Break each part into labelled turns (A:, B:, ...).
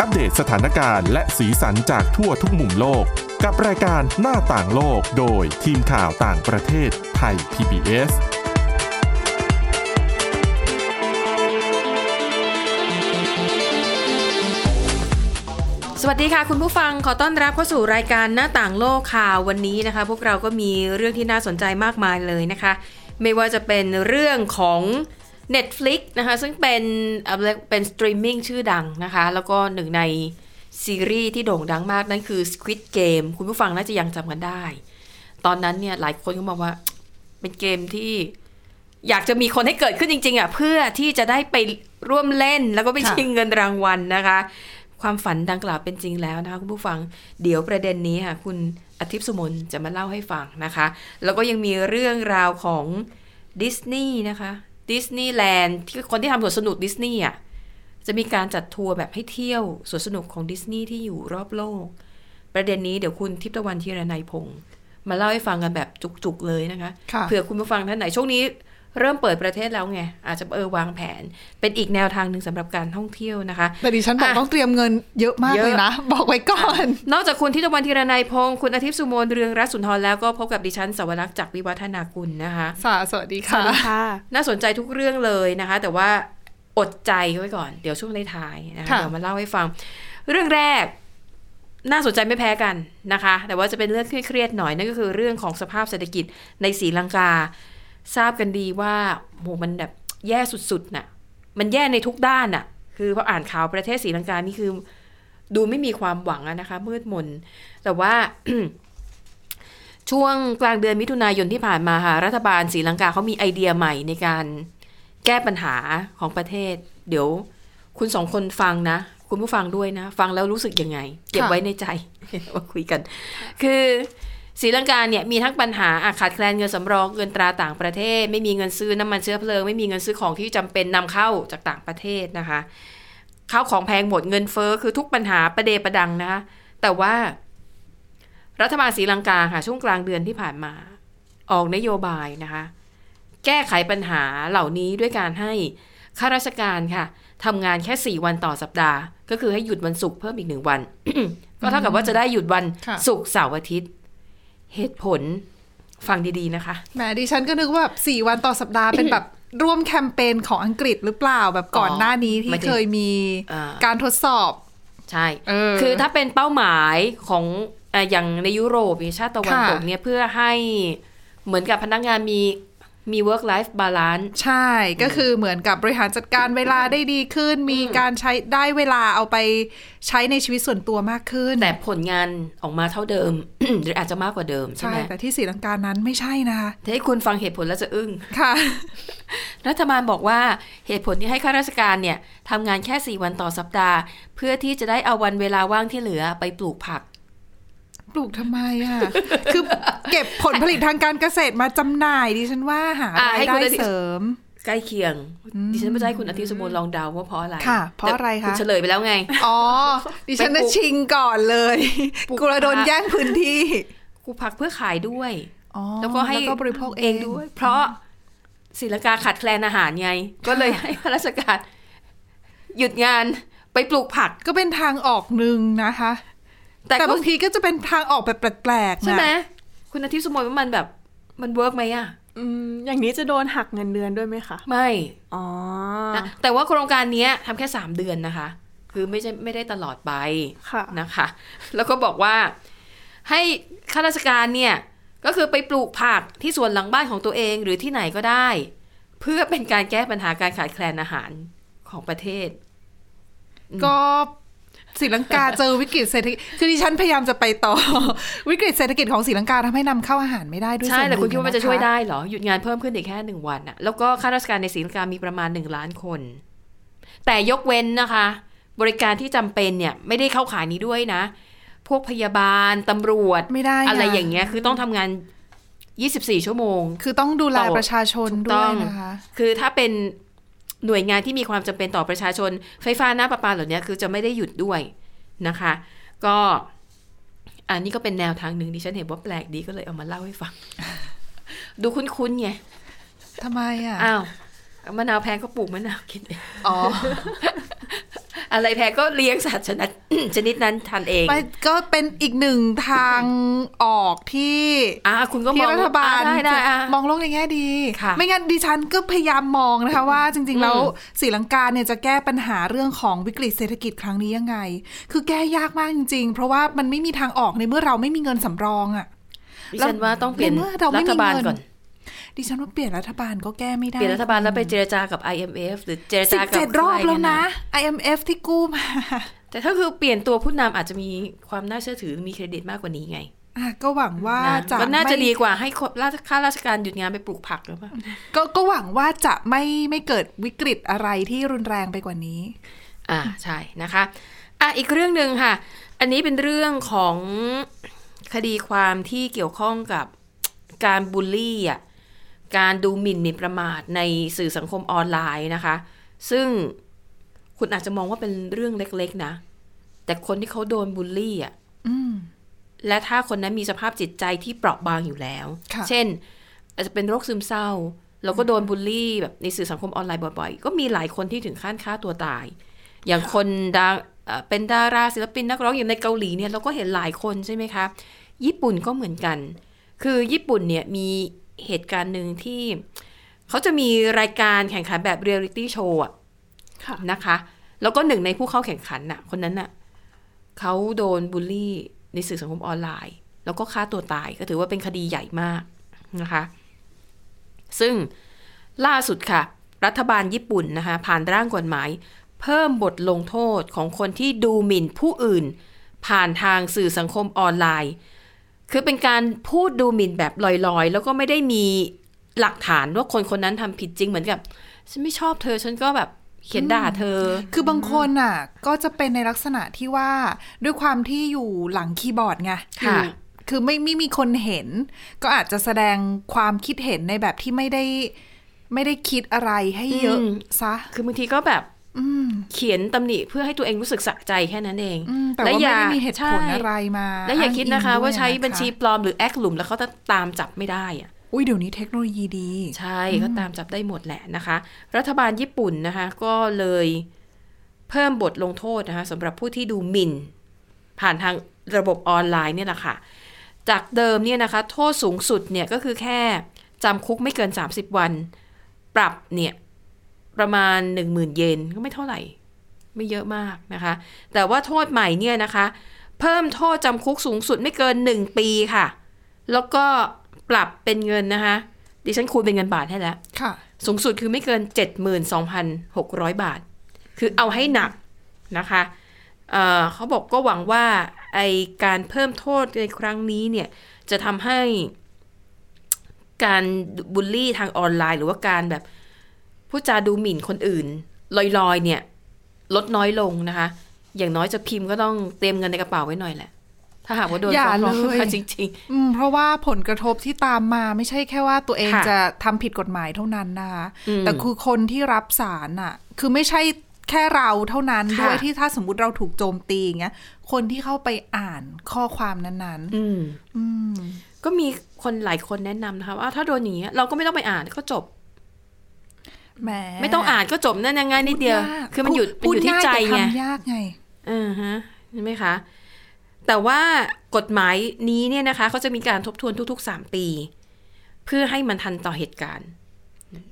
A: อัปเดตสถานการณ์และสีสันจากทั่วทุกมุมโลก กับรายการหน้าต่างโลกโดยทีมข่าวต่างประเทศไทย PBS
B: สวัสดีค่ะ คุณผู้ฟังขอต้อนรับเข้าสู่รายการหน้าต่างโลกค่ะวันนี้นะคะ พวกเราก็มีเรื่องที่น่าสนใจมากมายเลยนะคะ ไม่ว่าจะเป็นเรื่องของ Netflix นะคะ ซึ่งเป็นเอ่อเป็นสตรีมมิ่งชื่อดังนะคะ แล้วก็หนึ่งในซีรีส์ที่โด่งดังมากนั่นคือ Squid Game คุณผู้ฟังน่าจะยังจำกันได้ ตอนนั้นเนี่ยหลายคนก็บอกว่าเป็นเกมที่ อยากจะมีคนให้เกิดขึ้นจริงๆอ่ะเพื่อที่จะได้ไปร่วมเล่นแล้วก็ไป
C: ค่ะ
B: ชิงเงินรางวัลนะคะ ความฝันดังกล่าวเป็นจริงแล้วนะคะคุณผู้ฟังเดี๋ยวประเด็นนี้ค่ะ คุณอาทิตย์สุมนจะมาเล่าให้ฟังนะคะ แล้วก็ยังมีเรื่องราวของดิสนีย์นะคะดิสนีย์แลนด์ที่คนที่ทำสวนสนุกดิสนีย์อ่ะจะมีการจัดทัวร์แบบให้เที่ยวสวนสนุกของดิสนีย์ที่อยู่รอบโลก ประเด็นนี้เดี๋ยวคุณทิพย์ตะวันธีรนัยพงศ์มาเล่าให้ฟังกันแบบจุกๆเลยนะคะ
C: ค่ะ
B: เผื่อคุณผู้ฟังท่านไหนช่วงนี้เริ่มเปิดประเทศแล้วไง อาจจะเออวางแผน เป็นอีกแนวทางหนึ่งสำหรับการท่องเที่ยวนะคะ
C: แต่ดิฉันบอก
B: อ่ะ
C: ต้องเตรียมเงินเยอะมาก
B: เยอะ
C: เลยนะ บอกไว้ก่อน
B: นอกจากคุณทิตวันธีรนัยพงศ์คุณอาทิตย์สุโมนเรืองรัตน์สุนทรแล้วก็พบกับดิฉันสวรักษ์จากวิวัฒนากุลนะคะ
C: สาสวัสดีค่ะ
D: ค่ะ
B: น่าสนใจทุกเรื่องเลยนะคะ แต่ว่าอดใจไว้ก่อนเดี๋ยวช่วงในท้ายๆนะคะ
C: ค่ะ
B: เดี๋ยวมาเล่าให้ฟัง เรื่องแรกน่าสนใจไม่แพ้กันนะคะ แต่ว่าจะเป็นเรื่องเครียดๆหน่อยนั่นก็คือเรื่องของสภาพเศรษฐกิจในศรีลังกา ทราบกันดีว่าโหมันแบบแย่สุดๆน่ะ มันแย่ในทุกด้านน่ะ คือพออ่านข่าวประเทศศรีลังกานี่คือ ดูไม่มีความหวังอะนะคะ มืดมน แต่ว่า ช่วงกลางเดือนมิถุนายนที่ผ่านมาค่ะรัฐบาลศรีลังกาเขามีไอเดียใหม่ในการแก้ปัญหาของประเทศ เดี๋ยวคุณสองคนฟังนะ คุณผู้ฟังด้วยนะ ฟังแล้วรู้สึกยังไง เก็บไว้ในใจ ว่าคุยกัน คือศรีลังกาเนี่ยมีทั้งปัญหาอาขาดแคลนเงินสำรองเงินตราต่างประเทศ ไม่มีเงินซื้อน้ำมันเชื้อเพลิง ไม่มีเงินซื้อของที่จำเป็นนำเข้าจากต่างประเทศนะคะข้าวของแพงหมดเงินเฟ้อคือทุกปัญหาประเดประดังนะคะแต่ว่า รัฐบาลศรีลังกาค่ะ ช่วงกลางเดือนที่ผ่านมา ออกนโยบายนะคะ แก้ไขปัญหาเหล่านี้ด้วยการให้ข้าราชการค่ะทำงานแค่ 4 วันต่อสัปดาห์ ก็คือให้หยุดวันศุกร์เพิ่มอีกหนึ่งวัน ก็เท่ากับว่าจะได้หยุดวัน
C: ค่ะ
B: ศุกร์เสาร์อาทิตย์ เหตุผลฟังดีๆนะคะ
C: แหมดิฉันก็นึกว่าแบบสี่วันต่อสัปดาห์ เป็นแบบร่วมแคมเปญของอังกฤษหรือเปล่าแบบก่อน
B: อ๋อ
C: หน้านี้
B: หมา
C: ที่
B: ยถึง
C: เคยมี
B: อ่า
C: การทดสอบ
B: ใช่
C: เออ
B: คือถ้าเป็นเป้าหมายของเอ่ออย่างในยุโรปในชาติตะวัน
C: ค่ะ
B: ตกเนี่ยเพื่อให้เหมือนกับพนักงานมีมี work life balance
C: ใช่ก็คือเหมือนกับบริหารจัดการเวลาได้ดีขึ้น มีการใช้ได้เวลาเอาไปใช้ในชีวิตส่วนตัวมากขึ้น
B: แต่ผลงานออกมาเท่าเดิม หรืออาจจะมากกว่าเดิมใช่
C: ใช่
B: ไหม
C: แต่ที่ศรีลังกานั้นไม่ใช่นะคะ
B: ถ้าให้คุณฟังเหตุผลแล้วจะอึ้ง
C: ค่ะ
B: รัฐบาลบอกว่าเหตุผลที่ให้ข้าราชการเนี่ยทำงานแค่ 4 วันต่อสัปดาห์ เพื่อที่จะได้เอาวันเวลาว่างที่เหลือไปปลูกผัก
C: ปลูกทำไมอ่ะ คือเก็บผลผลิตทางการเกษตรมาจำหน่ายดิฉันว่าหา
B: อ่ะ
C: ราย
B: ให้คุณ
C: ได้
B: อาทิตย์
C: เสริม
B: ใกล้เคียง ดิฉันไม่ใช่คุณอาทิตย์สมบูรณ์ลองเดาว่าเพราะอะไร
C: ค่ะเพราะอะไร
B: แต่
C: คะ
B: คุณเฉลยไปแล้วไง
C: อ๋อ ดิฉัน
B: ไปป
C: น่ะ
B: ลูก
C: ชิงก่อนเลย
B: ปลูก
C: กลัวโดน
B: ผัก
C: แย่งพื้นที่
B: กูผักเพื่อขายด้วย
C: อ๋อ
B: แล้วก็ให้
C: แล้วก็บริโภคเอง
B: ด้วย เพราะศิลกาขาดแคลนอาหาร ไง ก็เลยให้ข้าราชการ หยุดงานไปปลูกผัก
C: ก็เป็นทางออกหนึ่งนะคะ
B: แต่
C: แต่
B: ก็
C: บางทีก็จะเป็นทางออกแบบแปลกๆนะ
B: ใช่ไหมคุณอาทิตย์สมมติว่ามันแบบมันเวิร์กไหมอะ
D: อืม อย่างนี้จะโดนหักเงินเดือนด้วยไหมคะ
B: ไม่
D: อ๋อ
B: นะแต่ว่าโครงการเนี้ยทำแค่ 3 เดือนนะคะ คือไม่ใช่ไม่ได้ตลอดไป
D: ค่ะ
B: นะคะ แล้วก็บอกว่าให้ข้าราชการเนี่ย ก็คือไปปลูกผักที่สวนหลังบ้านของตัวเองหรือที่ไหนก็ได้ เพื่อเป็นการแก้ปัญหาการขาดแคลนอาหารของประเทศ
C: ก็ศรีลังกาเจอวิกฤตเศรษฐกิจคือดิฉันพยายามจะไปต่อ วิกฤตเศรษฐกิจของศรีลังกาทำให้นำเข้าอาหารไม่ได้ด้วย
B: ใช่
C: ส่วนห
B: แต่
C: นึ่ง
B: คุณคิดว่ามันจะช่วย
C: นค
B: ได้เหรอ หยุดงานเพิ่มขึ้นอีกแค่หนึ่งวันอะแล้วก็ข้าราชการในศรีลังกามีประมาณหนึ่งล้านคน แต่ยกเว้นนะคะ บริการที่จำเป็นเนี่ย ไม่ได้เข้าขายนี้ด้วยนะ พวกพยาบาลตำรวจ
C: ไม่ได้นะ
B: ไรอย่างเงี้ย คือต้องทำงาน 24 ชั่วโมง
C: คือต้องดูแล
B: ต่อ
C: ประชาชน
B: ถูก
C: ด้
B: ต้
C: ว
B: อย ง
C: นะคะ
B: คือถ้าเป็นหน่วยงานที่มีความจำเป็นต่อประชาชน ไฟฟ้าน้ำประปาเหล่านี้คือจะไม่ได้หยุดด้วยนะคะ ก็อันนี้ก็เป็นแนวทางหนึ่งดิฉันเห็นว่าแปลกดีก็เลยเอามาเล่าให้ ฟัง ดูคุ้นๆไง
C: ทำไมอ่ะ
B: อ้าวมะนาวแพงก็ปลูกมะนาวกินเอง
C: อ๋อ
B: อะไรแพงก็เลี้ยงสัตว์ชนิด ชนิดนั้นทานเอง
C: ไปก็เป็นอีกหนึ่งทางออกที่
B: อ่ะคุณก็ม
C: ที่
B: อง
C: รัฐบาล
B: อ่ะได้ได้อ่ะ
C: มองโลกในแง่ดี
B: ค่ะ
C: ไม่งั้นดิฉันก็พยายามมองนะคะว่าจริง ๆ แล้ว
B: อืม
C: ศรีลังกาเนี่ยจะแก้ปัญหาเรื่องของวิกฤตเศรษฐกิจครั้งนี้ยังไง คือแก้ยากมากจริง ๆ เพราะว่ามันไม่มีทางออกในเมื่อเราไม่มีเงินสำรองอะ
B: ดิฉันว่าต้องเปลี่ยน
C: ในเมื่อเราไม่
B: รั
C: มี
B: ฐบาล
C: เงิน
B: ก่อน
C: ดิฉันว่าเปลี่ยนรัฐบาลก็แก้ไม่ได้
B: เปลี่ยนรัฐบาลแล้วไปเจรจากับ IMF หรือเจร
C: สิบ
B: จากับ
C: เจ็ดรอบ
B: ใค
C: แล้ว
B: เย
C: นะ IMF ที่กู้มา
B: แต่ถ้าคือเปลี่ยนตัวผู้นำอาจจะมีความน่าเชื่อถือมีเครดิตมากกว่านี้ไง
C: อ่ะก็หวังว่า
B: นะ
C: จะ
B: ก็น่าจะ
C: ไม่
B: ดีกว่าให้คนราชข้าราชการหยุดงานไปปลูกผักหรือเปล่า
C: ก็ก็หวังว่าจะไม่ไม่เกิดวิกฤตอะไรที่รุนแรงไปกว่านี้
B: อ่าใช่นะคะอ่ะอีกเรื่องหนึ่งค่ะ อันนี้เป็นเรื่องของคดีความที่เกี่ยวข้องกับการบูลลี่อ่ะการดูหมิ่นหมิ่นประมาทในสื่อสังคมออนไลน์นะคะ ซึ่งคุณอาจจะมองว่าเป็นเรื่องเล็กๆนะ แต่คนที่เขาโดนบูลลี่อ่ะ
C: อืม
B: และถ้าคนนั้นมีสภาพจิตใจที่เปราะบางอยู่แล้ว
C: ค่ะ
B: เช่น อาจจะเป็นโรคซึมเศร้า แล้วก็โดนบูลลี่แบบในสื่อสังคมออนไลน์บ่อยๆ ก็มีหลายคนที่ถึงขั้นฆ่าตัวตาย อย่างคนดังเอ่อเป็นดาราศิลปินนักร้องอย่างในเกาหลีเนี่ยเราก็เห็นหลายคนใช่ไหมคะ ญี่ปุ่นก็เหมือนกัน คือญี่ปุ่นเนี่ยมีเหตุการณ์หนึ่งที่เขาจะมีรายการแข่งขันแบบเรียลิตี้โชว์อะ
D: ค่ะ
B: นะคะ แล้วก็หนึ่งในผู้เข้าแข่งขันน่ะ คนนั้นน่ะเขาโดนบูลลี่ในสื่อสังคมออนไลน์ แล้วก็ฆ่าตัวตายก็ถือว่าเป็นคดีใหญ่มากนะคะ ซึ่งล่าสุดค่ะ รัฐบาลญี่ปุ่นนะคะ ผ่านร่างกฎหมาย เพิ่มบทลงโทษของคนที่ดูหมิ่นผู้อื่น ผ่านทางสื่อสังคมออนไลน์ คือเป็นการพูดดูหมิ่นแบบลอยๆ แล้วก็ไม่ได้มีหลักฐานว่าคนคนนั้นทำผิดจริงเหมือนกับ ฉันไม่ชอบเธอฉันก็แบบเขียนด่าเธอ
C: คือบางคนอ่ะ ก็จะเป็นในลักษณะที่ว่าด้วยความที่อยู่หลังคีย์บอร์ดไง
B: ค่ะ
C: อยู่คือไม่ไม่มีคนเห็น ก็อาจจะแสดงความคิดเห็นในแบบที่ไม่ได้ ไม่ได้คิดอะไรให้เยอะซะ
B: คือบางทีก็แบบ
C: อืม
B: เขียนตำหนิเพื่อให้ตัวเองรู้สึกสะใจแค่นั้นเอง
C: อืมแต่ว่าไม่
B: อย่
C: ได้มีเหตุผล
B: ใช่
C: อะไรมา
B: และอย่า
C: อ้ง
B: คิด
C: ง
B: นะคะ
C: ด้ย
B: ว่าใช้
C: นะคะ
B: บัญชีปลอมหรือแอคหลุมแล้วเขาจะตามจับไม่ได้อะ
C: อุ้ยเดี๋ยวนี้เทคโนโลยีดี
B: ใช่ก็ตามจับได้หมดแหละนะคะ รัฐบาลญี่ปุ่นนะคะ ก็เลยเพิ่มบทลงโทษนะคะสำหรับผู้ที่ดูหมิ่น ผ่านทางระบบออนไลน์เนี่ยแหละค่ะ จากเดิมเนี่ยนะคะ โทษสูงสุดเนี่ยก็คือแค่จำคุกไม่เกิน 30 วัน ปรับเนี่ยประมาณ 10,000 เยนก็ไม่เท่าไหร่ ไม่เยอะมากนะคะ แต่ว่าโทษใหม่เนี่ยนะคะ เพิ่มโทษจำคุกสูงสุดไม่เกิน 1 ปีค่ะ แล้วก็ปรับเป็นเงินนะคะ ดิฉันคูณเป็นเงินบาทให้แล้ว
C: ค่ะ
B: สูงสุดคือไม่เกิน 72,600 บาท คือเอาให้หนักนะคะเอ่อเขาบอกก็หวังว่าไอการเพิ่มโทษในครั้งนี้เนี่ย จะทำให้การบูลลี่ทางออนไลน์ หรือว่าการแบบผู้จาดูหมิ่นคนอื่น ลอยๆ เนี่ย ลดน้อยลงนะคะ อย่างน้อยจะพิมพ์ก็ต้องเตรียมเงินในกระเป๋าไว้หน่อยแหละ ถ้าหากว่าโดน
C: อย่า
B: ฟ้องร้อง
C: เลย
B: มาจริง ๆ
C: อืมเพราะว่าผลกระทบที่ตามมาไม่ใช่แค่ว่าตัวเอง
B: ค่ะ
C: จะทำผิดกฎหมายเท่านั้นนะคะ
B: อืม
C: แต่คือคนที่รับสารอ่ะ คือไม่ใช่แค่เราเท่านั้น
B: ค่ะ
C: ด้วยที่ถ้าสมมติเราถูกโจมตีอย่างเงี้ยคนที่เข้าไปอ่านข้อความนั้น
B: อืม
C: ๆ อืม
B: ก็มีคนหลายคนแนะนำนะคะว่าถ้าโดนอย่างเงี้ยเราก็ไม่ต้องไปอ่านก็จบ
C: แหม
B: ไม่ต้องอ่านก็จบนั่นยังไงนิดเดียว
C: าก
B: คือมันอยู่มัน
C: พูด
B: อยู่ที่ใจไง
C: ง่าแต่ทำยากไง
B: อือฮะใช่ไหมคะ แต่ว่ากฎหมายนี้เนี่ยนะคะเขาจะมีการทบทวนทุกๆสามปี เพื่อให้มันทันต่อเหตุการณ์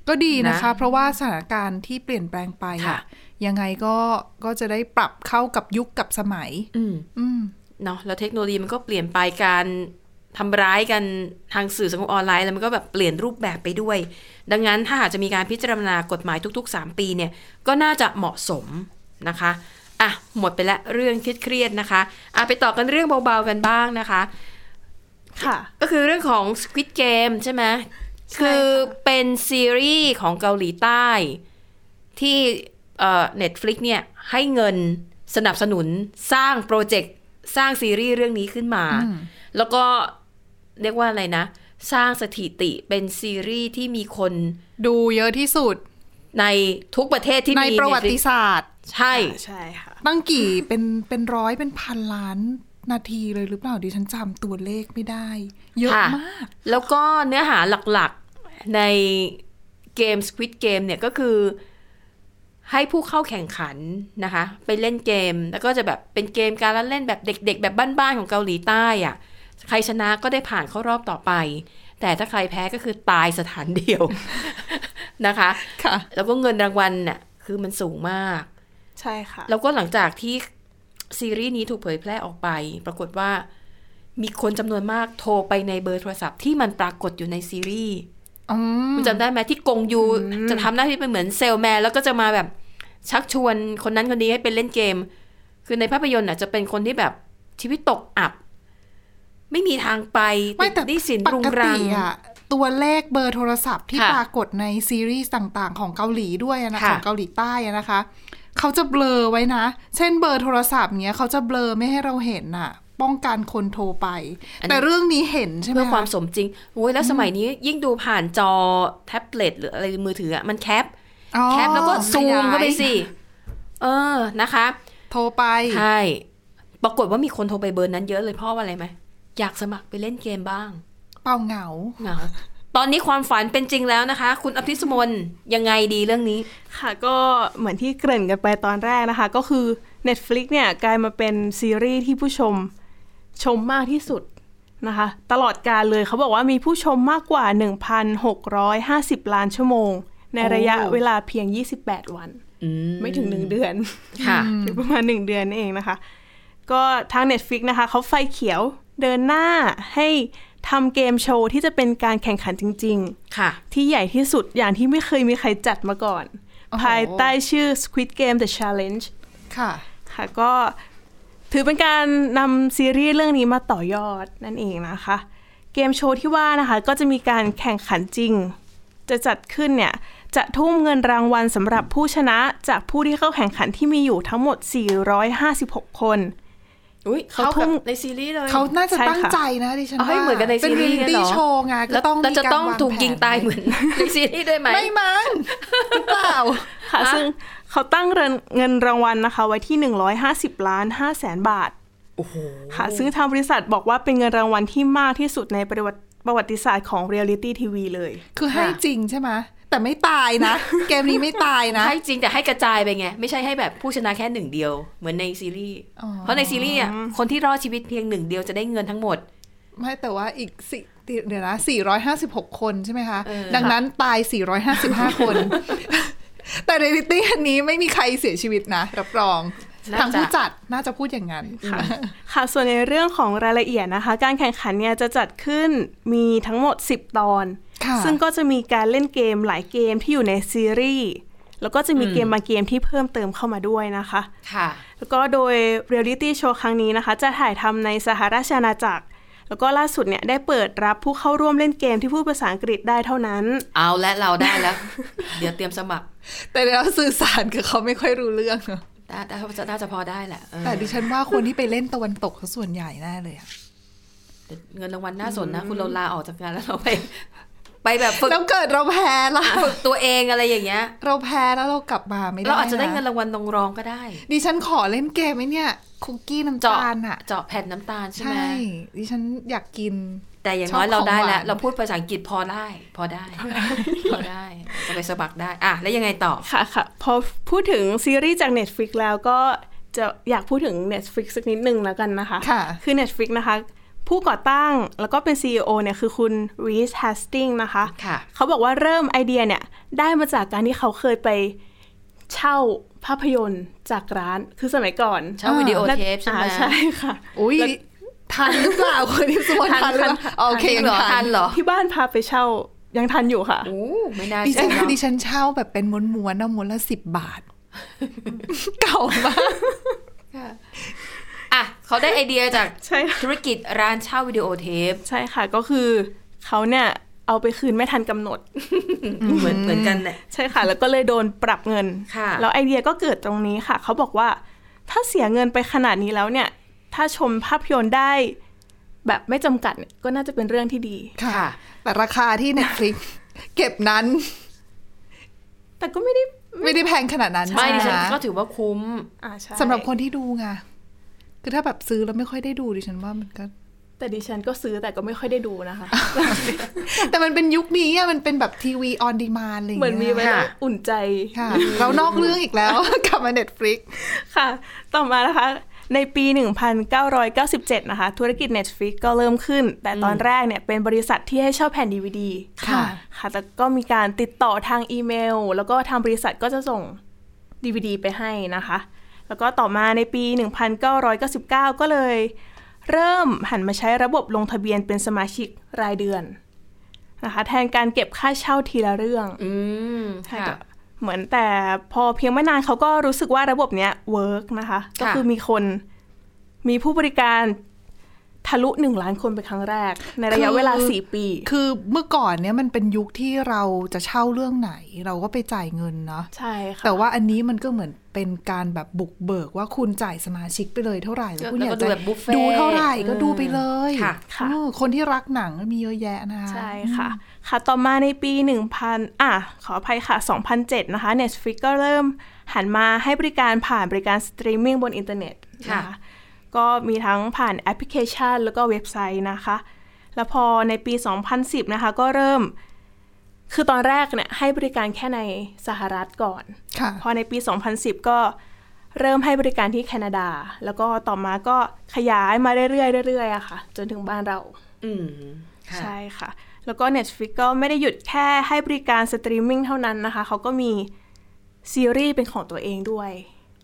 C: ก็ดีนะคะ
B: นะ
C: เพราะว่าสถานการณ์ที่เปลี่ยนแปลงไป
B: ค่ะ
C: อะยังไงก็ก็จะได้ปรับเข้ากับยุคกับสมัย
B: อืม
C: อืม
B: เนาะแล้วเทคโนโลยีมันก็เปลี่ยนไปการทำร้ายกันทางสื่อสังคมออนไลน์แล้วมันก็แบบเปลี่ยนรูปแบบไปด้วย ดังนั้นถ้าหากจะมีการพิจารณากฎหมายทุก ๆ 3 ปีเนี่ย ก็น่าจะเหมาะสมนะคะ อ่ะ หมดไปแล้วเรื่องเครียดๆนะคะอ่ะไปต่อกันเรื่องเบาๆกันบ้างนะคะ
D: ค่ะ
B: ก็คือเรื่องของ Squid Game ใช่ไหม คือเป็นซีรีส์ของเกาหลีใต้ ที่เอ่อ Netflix เนี่ยให้เงินสนับสนุนสร้างโปรเจกต์ สร้างซีรีส์เรื่องนี้ขึ้นมา แล้วก็เรียกว่าอะไรนะ สร้างสถิติเป็นซีรีส์ที่มีคน
C: ดูเยอะที่สุด
B: ในทุกประเทศที่
C: ใน
B: มี
C: ประวั
B: Netflix
C: ติศาสตร์
B: ใช่
D: ใช่ค่ะ
C: ตั้งกี่เป็นเป็นร้อยเป็นพันล้านนาทีเลยหรือเปล่าดิฉันจำตัวเลขไม่ได้ เยอะ
B: ค่ะ
C: มาก
B: แล้วก็เนื้อหาหลักๆในเกม Squid Game เนี่ยก็คือ ให้ผู้เข้าแข่งขันนะคะ ไปเล่นเกมแล้วก็จะแบบเป็นเกมการละเล่นแบบเด็ก ๆ แบบบ้านๆของเกาหลีใต้อะใครชนะก็ได้ผ่านเข้ารอบต่อไป แต่ถ้าใครแพ้ก็คือตายสถานเดียว นะคะ
C: ค่ะ
B: แล้วก็เงินรางวัลน่ะคือมันสูงมาก
D: ใช่ค่ะ
B: แล้วก็หลังจากที่ซีรีส์นี้ถูกเผยแพร่ออกไป ปรากฏว่ามีคนจำนวนมากโทรไปในเบอร์โทรศัพท์ที่มันปรากฏอยู่ในซีรีส์
C: อืม
B: คุณจำได้ไหมที่กงยูจะทำหน้าที่เป็นเหมือนเซลแมนแล้วก็จะมาแบบชักชวนคนนั้นคนนี้ให้ไปเล่นเกม คือในภาพยนตร์น่ะจะเป็นคนที่แบบชีวิตตกอับ ไม่มีทางไป
C: ไม่แต่
B: ติดหนี้สิน
C: ป
B: รุง
C: ก
B: รั
C: ติ
B: ง
C: อะตัวเลขเบอร์โทรศัพท์ที่
B: ค่ะ
C: ปรากฏในซีรีส์ต่างๆ ของเกาหลีด้วยอะนะ
B: ค่ะ
C: ของเกาหลีใต้อะนะคะ เขาจะเบลอไว้นะ เช่นเบอร์โทรศัพท์เนี้ยเขาจะเบลอไม่ให้เราเห็นน่ะ ป้องกันคนโทรไป
B: อันนี้
C: แต่เรื่องนี้เห็นใช่ไหม
B: เพื่อความ
C: คะ
B: สมจริงโอ้ยแล้วสมัยนี้ยิ่งดูผ่านจอแท็บเล็ตหรืออะไรมือถืออะมันแคป
C: อ๋อ
B: แคปแล้วก็ซูมเข้าไป
C: ขยาย
B: สิ เออนะคะ
C: โทรไป
B: ใช่ปรากฏว่ามีคนโทรไปเบอร์นั้นเยอะเลยเพราะว่าอะไรไหมอยากสมัครไปเล่นเกมบ้าง
C: เป่าเหงา
B: เหงาตอนนี้ความฝันเป็นจริงแล้วนะคะ คุณอภิสมนยังไงดีเรื่องนี้
D: ค่ะก็เหมือนที่เกริ่นกันไปตอนแรกนะคะ ก็คือ Netflix เนี่ยกลายมาเป็นซีรีส์ที่ผู้ชมชมมากที่สุดนะคะ ตลอดการเลยเขาบอกว่ามีผู้ชมมากกว่า 1,650 ล้านชั่วโมง ในระยะ
B: โอ้
D: เวลาเพียง 28 วัน ไม่ถึง 1 เดือน
B: ค่ะ
D: หรือประมาณ 1 เดือนนั่นเองนะคะ ก็ทาง Netflix นะคะเขาไฟเขียวเดินหน้าให้ทำเกมโชว์ที่จะเป็นการแข่งขันจริง ๆ
B: ค่ะ
D: ที่ใหญ่ที่สุดอย่างที่ไม่เคยมีใครจัดมาก่อน
C: โอ้โห
D: ภายใต้ชื่อ Squid Game The Challenge
C: ค่ะ
D: ค่ะก็ถือเป็นการนำซีรีส์เรื่องนี้มาต่อยอดนั่นเองนะคะ เกมโชว์ที่ว่านะคะ ก็จะมีการแข่งขันจริง จะจัดขึ้นเนี่ย จะทุ่มเงินรางวัลสำหรับผู้ชนะจากผู้ที่เข้าแข่งขันที่มีอยู่ทั้งหมด 456 คน
B: อุ้ยเขา
D: เขาทุ่
B: ทุ่ม
D: ม
B: ในซีรีส์เลย
C: เขาน่าจะ
D: ใช่ค่ะ
C: ตั้งใจนะดิฉัน
B: เฮ้ย
C: ว่า
B: เหมือนกันใน
C: เป็
B: ซี
C: น
B: รี
C: รี
B: ส์
C: ตี้
B: เหรอ
C: โชว์ไงก็
B: แล้ว
C: ต้อง
B: แล้วจะ
C: มีาร
B: ต้อง
C: วา
B: ถูก
C: แผน
B: ยิงตายเหมือน ในซีรีส์ด้วยไหม
C: ไม่มั้งหรือเปล่า
D: ค่ะ
B: อ่ะ
D: ซึ่งเขาตั้งเงินรางวัลนะคะ ไว้ที่ 150 ล้าน5แสนบาท
B: โอ้โห
D: ค่ะซึ่งทางบริษัทบอกว่าเป็นเงินรางวัลที่มากที่สุดในประวัติประวัติศาสตร์ของเรียลลิตี้ทีวีเลย
C: คือให้จริงใช่ไหมแต่ไม่ตาย นะ เกมนี้ไม่ตายนะ
B: ให้จริงแต่ให้กระจายไปไง ไม่ใช่ให้แบบผู้ชนะแค่หนึ่งเดียว เหมือนในซีรีส์
C: อ๋อ
B: เพราะในซีรีส์อ่ะคนที่รอดชีวิตเพียงหนึ่งเดียวจะได้เงินทั้งหมด
C: ไม่แต่ว่าอีกสี่เดี๋ยวนะ 456 คนใช่ไหมคะ
B: เออ
C: ดังนั้นตาย 455 คน แต่เรลิตี้อันนี้ไม่มีใครเสียชีวิตนะ รับรอง ทางผู้จัดน่าจะพูดอย่างนั้น
D: ค่ะค่ะส่วนในเรื่องของรายละเอียดนะคะ การแข่งขันเนี่ยจะจัดขึ้นมีทั้งหมด 10 ตอน
C: ค่ะ
D: ซึ่งก็จะมีการเล่นเกมหลายเกมที่อยู่ในซีรีส์แล้วก็จะมีเกมบางเกมที่เพิ่มเติมเข้ามาด้วยนะคะ
B: ค่ะ
D: แล้วก็โดยเรียลลิตี้โชว์ครั้งนี้นะคะ จะถ่ายทำในสหราชอาณาจักร แล้วก็ล่าสุดเนี่ยได้เปิดรับผู้เข้าร่วมเล่นเกมที่พูดภาษาอังกฤษได้เท่านั้น
B: เอาและเราได้แล้ว เดี๋ยวเตรียมสมัคร
C: แต่เราสื่อสารกับเขาไม่ค่อยรู้เรื่องเนอะ
B: ได้ได้น่าจะพอได้แหละเออ
C: แต่ดิฉันว่าคนที่ไปเล่นตะวันตกเขาส่วนใหญ่แน่เลยอะ
B: แต่เงินรางวัลน่าสนนะ คุณเราลาออกจากงานแล้วเราไป ไปแบบฝึก
C: แล้วเกิดเราแพ้ล่ะ
B: ฝึกตัวเองอะไรอย่างเงี้ย
C: เราแพ้แล้วเรากลับมาไม่ได้
B: เราอาจจะได้เงิน
C: น
B: รางวัลรองรองก็ได้
C: ดิฉันขอเล่นเกมไหมเนี่ย คุกกี้น้ำ
B: เจาะ
C: ตาลอะ
B: เจาะแผ่นน้ำตาลใช่ไหม
C: ใช่ ดิฉันอยากกิน
B: แต่อย่าง
C: ชอ
B: น้
C: บ
B: อยเราได้
C: ของหวาน
B: แล้ว เราพูดภาษาอังกฤษพอได้ พอ ได้ พอได้จะไปสมัครได้ อ่ะ แล้วยังไงต่อ
D: ค่ะค่ะพอพูดถึงซีรีส์จาก Netflix แล้วก็จะอยากพูดถึง Netflix สักนิดนึงแล้วกันนะคะ
C: ค่ะ
D: คือ Netflix นะคะ ผู้ก่อตั้งแล้วก็เป็น CEO เนี่ยคือคุณ Reese Hastings นะคะ
B: ค่ะ
D: เขาบอกว่าเริ่มไอเดียเนี่ย ได้มาจากการที่เขาเคยไปเช่าภาพยนตร์จากร้านคือสมัยก่อน
B: เช่าวิดีโอเทปใช่ไหม
D: อ่าใช่ค่ะ
C: อุ้ยทันหรือเปล่าคนที่สมนทันหรือเปล่าโอเค
B: ทันหรอทันเหรอ
D: ที่บ้านพาไปเช่ายังทันอยู่ค่ะ
B: โอ้ไม่น่า
C: ดิฉั
B: เชื่
C: น
B: อเนอะ
C: ดิฉันเช่าแบบเป็นม้วนม้วนๆนะม้วนละสิบบาท เก่ามาก
B: ค่ะอ่ะ เขาได้ไอเดียจาก
D: ใช่ค่ะ
B: ธุรกิจร้านเช่าวิดีโอเทป
D: ใช่ค่ะก็คือเขาเนี่ยเอาไปคืนไม่ทันกำหนด
B: เหมือนเหมือนกันเนี่ย
D: ใช่ค่ะ แล้วก็เลยโดนปรับเงิน
B: ค่ะ
D: แล้วไอเดียก็เกิดตรงนี้ค่ะ เขาบอกว่าถ้าเสียเงินไปขนาดนี้แล้วเนี่ย ถ้าชมภาพยนตร์ได้ แบบไม่จำกัดเนี่ยก็น่าจะเป็นเรื่องที่ดี
C: ค่ะ
B: ค่ะ
C: แต่ราคาที่ Netflix เก็บนั้น
D: แต่ก็ไม่ได้
C: ไม่ได้แพงขนาดนั้น
B: ไม่
C: ใช่
B: ดิ
C: ไหม
B: ฉัน
C: คะ
B: ก็ถือว่าคุ้ม
D: อ่าใช่
C: สำหรับคนที่ดูไง คือถ้าแบบซื้อแล้วไม่ค่อยได้ดูดิฉันว่ามันก็
D: แต่ดิฉันก็ซื้อแต่ก็ไม่ค่อยได้ดูนะคะ
C: แต่มันเป็นยุคนี้อะมันเป็นแบบทีวีออนดีมานอะไรอย่าง
D: เหมื
C: เงี้
D: อ
C: ย
D: นมีไว้แล้ว
B: ค่ะ
D: อุ่นใจ
C: ค่ะ เรานอกเรื่องอีกแล้ว กลับมาเน็ตฟลิก
D: ค่ะ ต่อมานะคะ ในปี 1997 นะคะ ธุรกิจ Netflix ก็เริ่มขึ้น แต่ตอนแรกเนี่ยเป็นบริษัทที่ให้เช่าแผ่น DVD
C: ค่ะ
D: ค่ะ แต่ก็มีการติดต่อทางอีเมล แล้วก็ทางบริษัทก็จะส่ง DVD ไปให้นะคะ แล้วก็ต่อมาในปี 1999 ก็เลย เริ่มหันมาใช้ระบบลงทะเบียนเป็นสมาชิกรายเดือนนะคะแทนการเก็บค่าเช่าทีละเรื่อง
B: อืม
D: ใช่
B: ค่ะ
D: ก็เหมือนแต่พอเพียงไม่นานเขาก็รู้สึกว่าระบบเนี้ยเวิร์กนะคะ ก็คือมีคนมีผู้บริการทะลุหนึ่งล้านคนเป็นครั้งแรก ในระยะ
C: คือ
D: เวลาสี่ปี
C: คือเมื่อก่อนเนี่ยมันเป็นยุคที่เราจะเช่าเรื่องไหน เราก็ไปจ่ายเงินเนาะ
D: ใช่ค่ะ
C: แต่ว่าอันนี้มันก็เหมือนเป็นการแบบบุกเบิกว่าคุณจ่ายสมาชิกไปเลยเท่าไหร่แล้วคุณอยาก
B: แล้วก็ดู
C: จะ
B: แบบบุฟเฟ่
C: ดูเท่าไหร่ก็ดูไปเลย
B: ค่ะ
D: ะ
C: เออคนที่รักหนังมีเยอะแยะนะคะ
D: ใช่ค่ะ ค่ะ ต่อมาในปี 1000 อ่ะ ขออภัยค่ะ 2007 นะคะ Netflix ก็เริ่มหันมาให้บริการผ่านบริการสตรีมมิ่งบนอินเทอร์เน็ตน
B: ค่ะ
D: ก็มีทั้งผ่านแอปพลิเคชัน แล้วก็เว็บไซต์นะคะ แล้วพอในปี 2010 นะคะ ก็เริ่ม คือตอนแรกเนี่ยให้บริการแค่ในสหรัฐก่อน
C: ค่ะ
D: พอในปี 2010 ก็เริ่มให้บริการที่แคนาดา แล้วก็ต่อมาก็ขยายมาเรื่อยๆเรื่อยๆอะค่ะ จนถึงบ้านเรา
B: อืมค่ะ
D: ใช่ค่ะ แล้วก็ Netflix ก็ไม่ได้หยุดแค่ให้บริการสตรีมมิ่งเท่านั้นนะคะ เขาก็มีซีรีส์เป็นของตัวเองด้วย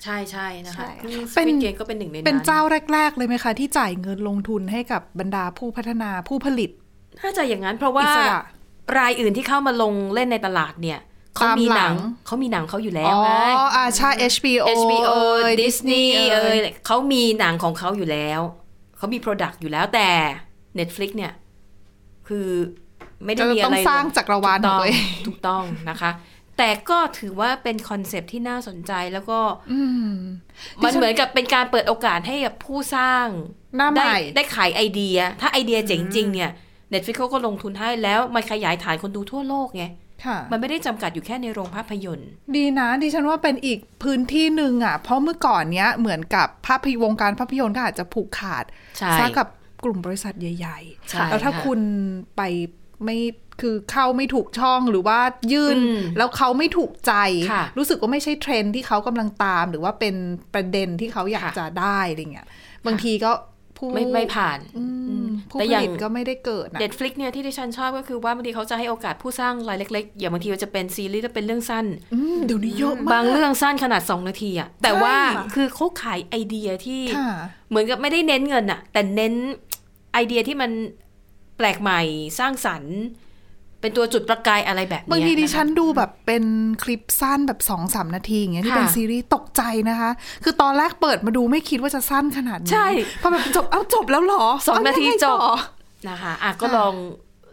B: ใช่ใช่นะคะ
D: ใช่
B: ส
C: เป็น
B: วิตเกมก็เป็นหนึ่งในนั้น
C: เป็นเจ้าแรก ๆ เลยไหมคะ ที่จ่ายเงินลงทุนให้กับบรรดาผู้พัฒนาผู้ผลิต
B: น่าจะอย่างนั้นเพราะว่า
C: อิสระ
B: รายอื่นที่เข้ามาลงเล่นในตลาดเนี่ยเขามีหนัง
C: ตามหลัง
B: เขามีหนังเขาอยู่แล้ว
C: อ๋อ
B: ไง
C: อาใช่ HBO
B: HBO
C: เอ่ย
B: Disney เอ่ย
C: เอ่ย
B: เขามีหนังของเขาอยู่แล้ว เขามีโปรดักต์อยู่แล้วแต่ Netflix เนี่ย คือไม่ได้
C: จะ
B: มี
C: ต้
B: อะ
C: อง
B: ไร
C: สร้างจักรวาลของตัวเอง
B: ถูกต้องนะคะ แต่ก็ถือว่าเป็นคอนเซปต์ที่น่าสนใจแล้วก็
C: อืม
B: มันเหมือนกับเป็นการเปิดโอกาสให้กับผู้สร้าง
C: หน้าให
B: ได้
C: ม่
B: ได้ขายไอเดีย ถ้าไอเดียเจ๋งจริงเนี่ย Netflix เขาก็ลงทุนให้แล้ว มันขยายฐานคนดูทั่วโลกไง
C: ค่ะ
B: มันไม่ได้จำกัดอยู่แค่ในโรงภาพยนตร์
C: ดีนะดิฉันว่าเป็นอีกพื้นที่หนึ่งอ่ะ เพราะเมื่อก่อนเนี้ยเหมือนกับภาพยวงการภาพยนตร์ก็อาจจะผูกขาด
B: ใช่
C: ซะกับกลุ่มบริษัทใหญ่
B: ใช่
C: ๆ แล้วถ้า
B: ค่ะ
C: คุณไปไม่คือเข้าไม่ถูกช่องหรือว่ายื่น
B: อืม
C: แล้วเขาไม่ถูกใจ
B: ค่ะ
C: รู้สึกว่าไม่ใช่เทรนด์ที่เขากำลังตาม หรือว่าเป็นประเด็นที่เขาอยากจะได้อะไรเงี้ยบางทีก็ผู้
B: ไม่ไม่ผ่าน
C: อืมผู้
B: แต่
C: ผ
B: อย่าง
C: ลิตก็ไม่ได้เกิดนะ
B: เด็ดฟลิกเนี่ยที่ดิฉันชอบก็คือว่าบางทีเขาจะให้โอกาสผู้สร้างรายเล็ก ๆ อย่างบางทีมันจะเป็นซีรีส์แล้วเป็นเรื่องสั้น
C: อืมเดี๋ยวนี้เยอะมาก
B: บางเรื่องสั้นขนาด 2 นาทีอะแต่
C: ใช่
B: ว่าคือเขาขายไอเดียที่
C: ค่ะ
B: เหมือนกับไม่ได้เน้นเงินอะแต่เน้นไอเดียที่มันแปลกใหม่สร้างสรรค์ เป็นตัวจุดประกายอะไรแบบเนี้ย
C: บางทีดิ
B: ะคะ
C: ฉันดูแบบเป็นคลิปสั้นแบบสองสามนาทีอย่างเงี้ยที่
B: ค่ะ
C: เป็นซีรีส์ตกใจนะคะ คือตอนแรกเปิดมาดูไม่คิดว่าจะสั้นขนาดนี้
B: ใช่
C: พอแบบจบเอ้าจบแล้วเหรอ
B: สอง
C: เ
B: นาที
C: ยัไต่อ
B: จบ นะคะอ่ะก็ลอง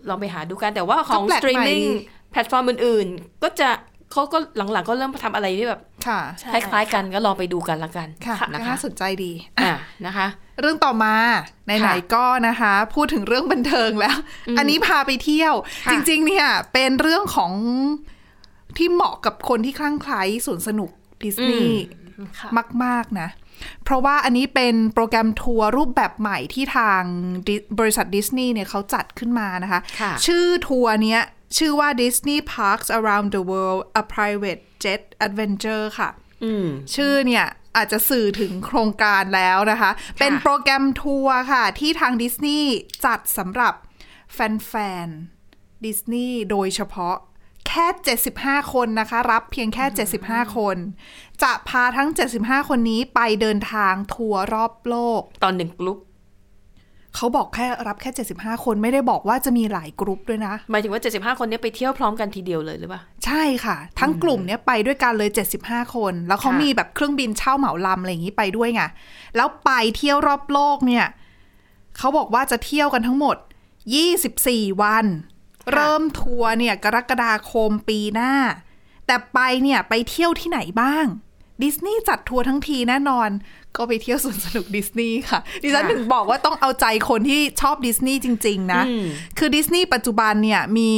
B: ลองไปหาดูกัน แต่ว่าของ
C: ก็แปล
B: ส
C: ก
B: ตรีม
C: ใหม่
B: มิ่ง
C: ดี
B: แพลตฟอร์มอื่นๆ ก็จะเขาก็หลังๆ ก็เริ่มทำอะไรที่แบบ
C: ค่ะ
D: ใช่
B: คล้ายๆกันก็ลองไปดูกันละกัน
C: ค่ะ
B: นะ
C: ก็
B: คะ
C: น่าสนใจดีอ่ะ
B: อ่ะนะคะ
C: เรื่องต่อมาไหน
B: ค่ะ
C: ๆก็นะคะ พูดถึงเรื่องบันเทิงแล้ว อันนี้พาไปเที่ยว
B: ค่ะ
C: จริงๆเนี่ยเป็นเรื่องของที่เหมาะกับคนที่คลั่งไคล้สวนสนุกดิสนีย์
D: ค่ะ
C: มาก ๆ นะ เพราะว่าอันนี้เป็นโปรแกรมทัวร์รูปแบบใหม่ที่ทางดิบริษัทดิสนีย์เนี่ยเขาจัดขึ้นมานะคะ
B: ค่ะ
C: ชื่อทัวร์เนี้ย ชื่อว่า Disney Parks Around the World a Private Jet Adventure ค่ะ
B: อืม
C: ชื่อเนี่ยอาจจะสื่อถึงโครงการแล้วนะคะ เป็นโปรแกรมทัวร์ค่ะ ที่ทางดิสนีย์จัดสำหรับแฟนๆดิสนีย์โดยเฉพาะแค่ 75 คนนะคะ รับเพียงแค่ 75 คน จะพาทั้ง 75 คนนี้ไปเดินทางทัวร์รอบโลก
B: ตอนหนึ่งกลุ่ม
C: เขาบอกแค่รับแค่ 75 คนไม่ได้บอกว่าจะมีหลายกรุ๊ปด้วยนะ
B: หมายถึงว่า 75 คนเนี้ไปเที่ยวพร้อมกันทีเดียวเลยหรือเปล่า
C: ใช่ค่ะ ทั้งกลุ่มเนี้ยไปด้วยกันเลย 75 คน แล้วเขา
B: ค่ะ
C: มีแบบเครื่องบินเช่าเหมาลำอะไรอย่างนี้ไปด้วยไงแล้วไปเที่ยวรอบโลกเนี่ยเขาบอกว่าจะเที่ยวกันทั้งหมด 24 วัน เริ่มทัวร์เนี่ยกรกฎาคมปีหน้า แต่ไปเนี่ยไปเที่ยวที่ไหนบ้าง ดิสนีย์จัดทัวร์ทั้งทีแน่นอน ก็ไปเที่ยวสวนสนุกดิสนีย์ค่ะ ดิฉันถึงบอกว่าต้องเอาใจคนที่ชอบดิสนีย์จริง ๆ นะ คือดิสนีย์ปัจจุบันเนี่ยมี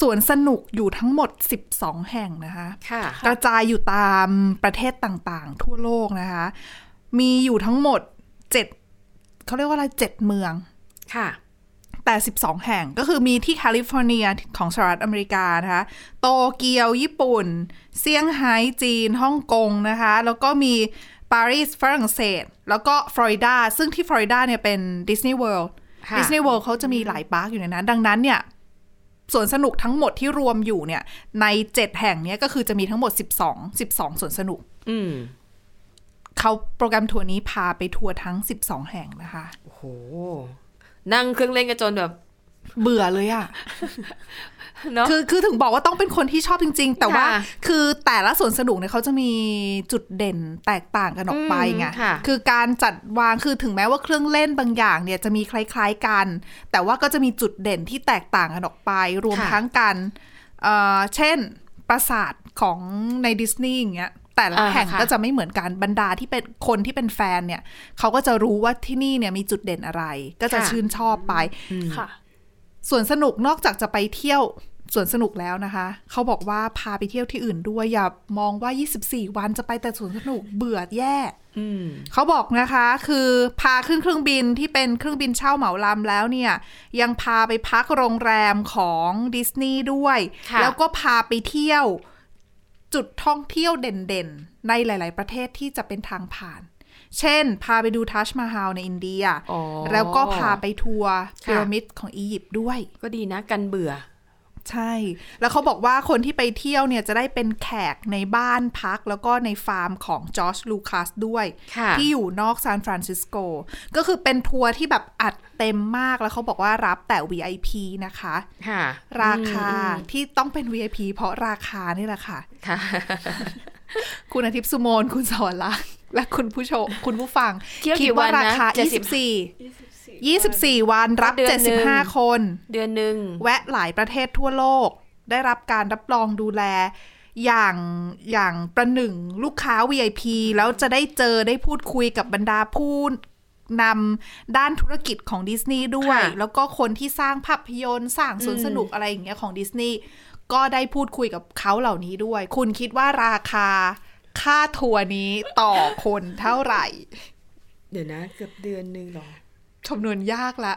C: สวนสนุกอยู่ทั้งหมด 12 แห่งนะคะ
B: ค่ะ
C: กระจายอยู่ตามประเทศต่างๆ ทั่วโลกนะคะ มีอยู่ทั้งหมด 7 เขาเรียกว่าอะไรเจ็ดเมือง
B: ค่ะ
C: แต่ 12 แห่งก็คือมีที่แคลิฟอร์เนียของสหรัฐอเมริกานะคะโตเกียวญี่ปุ่นเซี่ยงไฮ้จีนฮ่องกงนะคะ แล้วก็มีปารีสฝรั่งเศส แล้วก็ฟลอริดา ซึ่งที่ฟลอริดาเนี่ยเป็นดิสนีย์เวิลด์
B: ค่ะ
C: ดิสนีย์เวิลด์เขาจะมีหลายปาร์คอยู่ในนั้น ดังนั้นเนี่ยสวนสนุกทั้งหมดที่รวมอยู่เนี่ยใน 7 แห่งเนี้ยก็คือจะมีทั้งหมด 12 12สวนสนุก
B: อืม
C: เขาโปรแกรมทัวร์นี้พาไปทัวร์ทั้ง 12 แห่งนะคะ
B: โอ้โห นั่งเครื่องเล่นกันจนแบบ
C: เบื่อเลยอะ
B: เนาะ
C: คือคือถึงบอกว่าต้องเป็นคนที่ชอบจริง ๆ แต่ว่า
B: ค่ะ
C: คือแต่ละสวนสนุกเนี่ยเขาจะมีจุดเด่นแตกต่างกันออกไปไง
B: อืมค่ะ
C: คือการจัดวางคือถึงแม้ว่าเครื่องเล่นบางอย่างเนี่ยจะมีคล้ายๆกัน แต่ว่าก็จะมีจุดเด่นที่แตกต่างกันออกไป รวมทั้งกันเอ่อเช่นปราสาทของในดิสนีย์อย่างเงี้ยแต่ละแห่งก็จะไม่เหมือนกันบรรดาที่เป็นคนที่เป็นแฟนเนี่ยเขาก็จะรู้ว่าที่นี่เนี่ยมีจุดเด่นอะไร ก็จะชื่นชอบไป
D: ค่ะ
C: สวนสนุกนอกจากจะไปเที่ยวสวนสนุกแล้วนะคะ เขาบอกว่าพาไปเที่ยวที่อื่นด้วยอย่ามองว่า 24 วันจะไปแต่สวนสนุกเบื่อแย่
B: อืม
C: เขาบอกนะคะ คือพาขึ้นเครื่องบินที่เป็นเครื่องบินเช่าเหมาลำแล้วเนี่ย ยังพาไปพักโรงแรมของดิสนีย์ด้วย
B: ค่ะ
C: แล้วก็พาไปเที่ยวจุดท่องเที่ยวเด่นๆ ในหลาย ๆ ประเทศที่จะเป็นทางผ่าน เช่น พาไปดูทัชมาฮาลในอินเดีย
B: อ๋อ
C: แล้วก็พาไปทัวร์พี
B: ค่ะ
C: ระมิดของอียิปต์ด้วย
B: ก็ดีนะกันเบื่อ
C: ใช่ แล้วเขาบอกว่าคนที่ไปเที่ยวเนี่ยจะได้เป็นแขกในบ้านพัก แล้วก็ในฟาร์มของจอร์จลูคัสด้วย
B: ค่ะ
C: ที่อยู่นอกซานฟรานซิสโก ก็คือเป็นทัวร์ที่แบบอัดเต็มมากแล้วเขาบอกว่ารับแต่ VIP นะคะ
B: ค่ะ
C: ราคาที่ต้องเป็น VIP เพราะราคานี่แหละค่ะ
B: ค่ะ
C: คุณอาทิตย์สุโมน คุณสอนลักษณ์และคุณผู้ชมคุณผู้ฟัง
B: เที่ยวกี่
C: ดว่า
B: วันนะ
C: ราคา
B: เจ็ดสิบ
C: 24 24 วันรับ
B: เดือนหนึ่ง
C: 75 คน
B: เดือนหนึ่ง
C: แวะหลายประเทศทั่วโลก ได้รับการรับรองดูแล อย่างอย่างประหนึ่งลูกค้า VIP แล้วจะได้เจอได้พูดคุยกับบรรดาผู้นำด้านธุรกิจของดิสนีย์ด้วย
B: ค่ะ
C: แล้วก็คนที่สร้างภาพยนตร์สร้างสวน
B: อืม
C: สนุกอะไรอย่างเงี้ยของดิสนีย์ก็ได้พูดคุยกับเขาเหล่านี้ด้วย คุณคิดว่าราคาค่าทัวร์นี้ต่อคนเท่าไหร่
B: เดี๋ยวนะ เกือบเดือนหนึ่งหรอ
C: คำนวณยากละ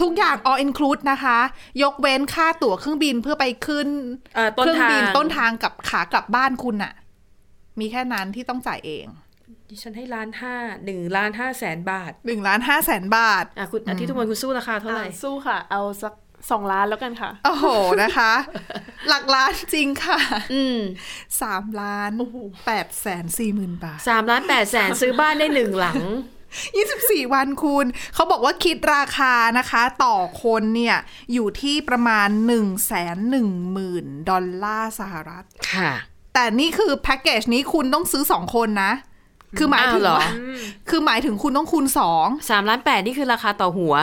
C: ทุกอย่าง all include นะคะ ยกเว้นค่าตั๋วเครื่องบินเพื่อไปขึ้น
B: เอ่อต้น
C: เครื่บิ
B: ทาง
C: ต้นทางกับขากลับบ้านคุณน่ะ มีแค่นั้นที่ต้องจ่ายเอง
B: ดิฉันให้ล้านห้าหนึ่งล้านห้าแสนบาท
C: 1นึ่งล้านห้าแสนบาท
B: อ่ะคุณอาทิตย์ทุกคนคุณสู้ราคาเท่าไหร่
D: อ่ะสู้ค่ะ เอาสักสองล้านแล้วกันค่ะ
C: โอ้โหนะคะ หลักล้านจริงค่ะ
B: อืม
C: สามล้านแปดแสนสี่หมื่นบาท
B: สามล้านแปดแสนซื้อบ้านได้หนึ่งหลัง
C: 24 วันคุณ เขาบอกว่าคิดราคานะคะ ต่อคนเนี่ย อยู่ที่ประมาณ 1 1 0 0 0 0 ดอลลาร์สหรัฐ
B: ค่ะ
C: แต่นี่คือแพ็กเกจนี้คุณต้องซื้อสองคนนะ คือหมายถึง
B: อ้าวเหรอ
C: ว่าคือหมายถึงคุณต้องคูณสอง
B: สามล้านแปดนี่คือราคาต่อหัว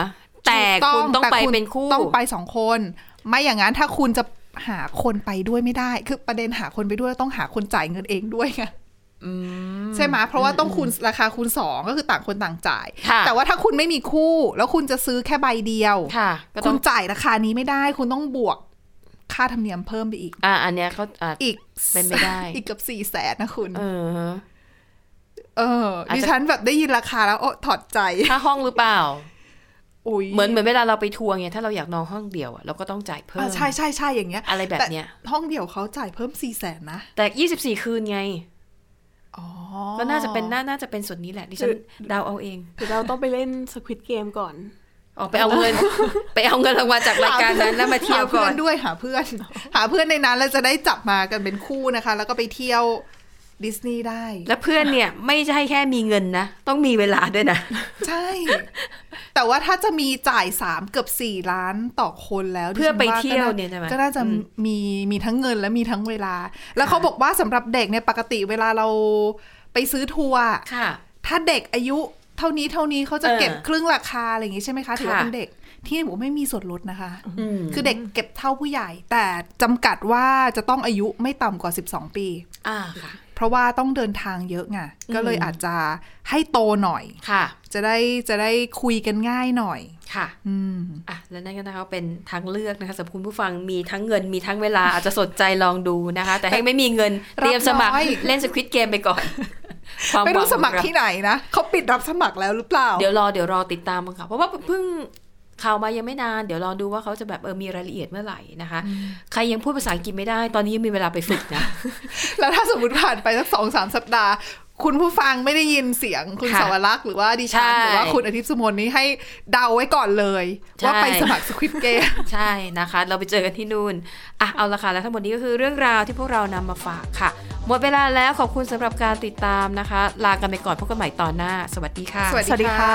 B: แต่
C: ถูก
B: คุณต้อง
C: แต่
B: ไปเป็นคู่
C: ต้องไปสองคน ไม่อย่างนั้นถ้าคุณจะหาคนไปด้วยไม่ได้ คือประเด็นหาคนไปด้วยต้องหาคนจ่ายเงินเองด้วยไงใช่ไหมเพราะว่าต้องคูณราคาคูณสองก็คือต่างคนต่างจ่าย
B: ค่ะ
C: แต่ว่าถ้าคุณไม่มีคู่ แล้วคุณจะซื้อแค่ใบเดียว
B: ค่ะ ก็
C: คุ
B: ต้อง
C: ณจ่ายราคานี้ไม่ได้ คุณต้องบวกค่าธรรมเนียมเพิ่มไปอีก
B: อ่ะอันเนี้ยเขาอ่ะ
C: อีก
B: เป็นไปได้
C: อีกเกับสี่แสนนะคุณ
B: เออ
C: เออ
B: อาจ
C: ดิ
B: จะ
C: ฉันแบบได้ยินราคาแล้วโอ้ถอดใจ
B: ค่าห้องหรือเปล่า
C: อุ้ย
B: เหมือนเหมือนเวลาเราไปทัวร์เนี่ยถ้าเราอยากนอนห้องเดียวอะเราก็ต้องจ่ายเพิ่ม
C: อ่าใช่ใช่ใช่อย่างเงี้ย
B: อะไรแบบเนี้ย
C: ต่ห้องเดี่ยวเขาจ่ายเพิ่มสี่แสนนะ
B: แต่ 24 คืนไง
C: อ๋อ
B: ก็น่าจะเป็นน่าน่าจะเป็นส่วนนี้แหละดิฉันเดาเอาเอง
D: เดี๋ยวเราต้องไปเล่น Squid Game ก่อน
B: ออกไปเอาเงิน ไปเอาเงินรางวัลจากรายการนั้นแล้วมาเที่ยว
C: ห
B: ก่
C: พื่
B: อน
C: ด้วยหาเพื่อน หาเพื่อนในนั้นแล้วจะได้จับมากันเป็นคู่นะคะ แล้วก็ไปเที่ยวดิสนีย์ได้
B: และเพื่อนเนี่ยไม่ใช่แค่มีเงินนะ ต้องมีเวลาด้วยนะ
C: ใช่ แต่ว่าถ้าจะมีจ่ายสามเกือบสี่ล้านต่อคนแล้ว
B: เพื่อไป
C: ดิฉันว่า
B: เที่ยว
C: ก็า
B: เนี่ยใช่ไหม
C: ก็น่าจะ
B: อืม
C: มีมีทั้งเงินและมีทั้งเวลา แล้วเขาบอกว่าสำหรับเด็กเนี่ยปกติเวลาเราไปซื้อทัวร์
B: ค่ะ
C: ถ้าเด็กอายุเท่านี้เท่านี้เขาจะ
B: เออ
C: เก็บครึ่งราคาอะไรอย่างงี้ใช่ไหมคะถือว่า
B: ค่ะ
C: เป็นเด็กที่บอกไม่มีส่วนลดนะคะ
B: อืม
C: คือเด็กเก็บเท่าผู้ใหญ่ แต่จำกัดว่าจะต้องอายุไม่ต่ำกว่า 12 ปี
B: อ่าค่ะ
C: เพราะว่าต้องเดินทางเยอะไงก็เลยอาจจะให้โตหน่อย
B: ค่ะ
C: จะได้จะได้คุยกันง่ายหน่อย
B: ค่ะ
C: อืม
B: อ่ะและนั่นก็นะคะเป็นทางเลือกนะคะสำหรับคุณผู้ฟังมีทั้งเงินมีทั้งเวลาอาจจะสนใจลองดูนะคะ แต่ให้ไม่มีเงินเตรียมสมัคร
C: รับน้อย
B: เล่นสควิตเกมไปก่อนควาหวั
C: ไม่
B: ง
C: รู้สมัคร
B: ของเา
C: ที่ไหนนะเขา ปิดรับสมัครแล้วหรือเปล่า
B: เดี๋ยวรอเดี๋ยวรอติดตามกันค่ะเพราะว่าเพิ่งข่าวมายังไม่นาน เดี๋ยวรอดูว่าเขาจะแบบเออมีรายละเอียดเมื่อไหร่นะคะ ใครยังพูดภาษาอังกฤษไม่ได้ ตอนนี้ยังมีเวลาไปฝึกนะ
C: แล้วถ้าสมมติผ่านไปสักสองสามสัปดาห์ คุณผู้ฟังไม่ได้ยินเสียงคุณ
B: ค่ะ
C: สาวรักษ์หรือว่าดิฉัน
B: ใช่
C: หรือว่าคุณอาทิตย์สมนนี้ให้เดาไว้ก่อนเลย ว่า
B: ใช่
C: ไปสมัครสควิปเกม
B: ใช่นะคะ เราไปเจอกันที่นู่นอ่ะเอาละค่ะแล้วทั้งหมดนี้ก็คือเรื่องราวที่พวกเรานำมาฝากค่ะ หมดเวลาแล้วขอบคุณสำหรับการติดตามนะคะ ลากันไปก่อนพบกันใหม่ตอนหน้า สวัสดีค่ะ
C: สวัสดี
D: สวัสดีค่ะ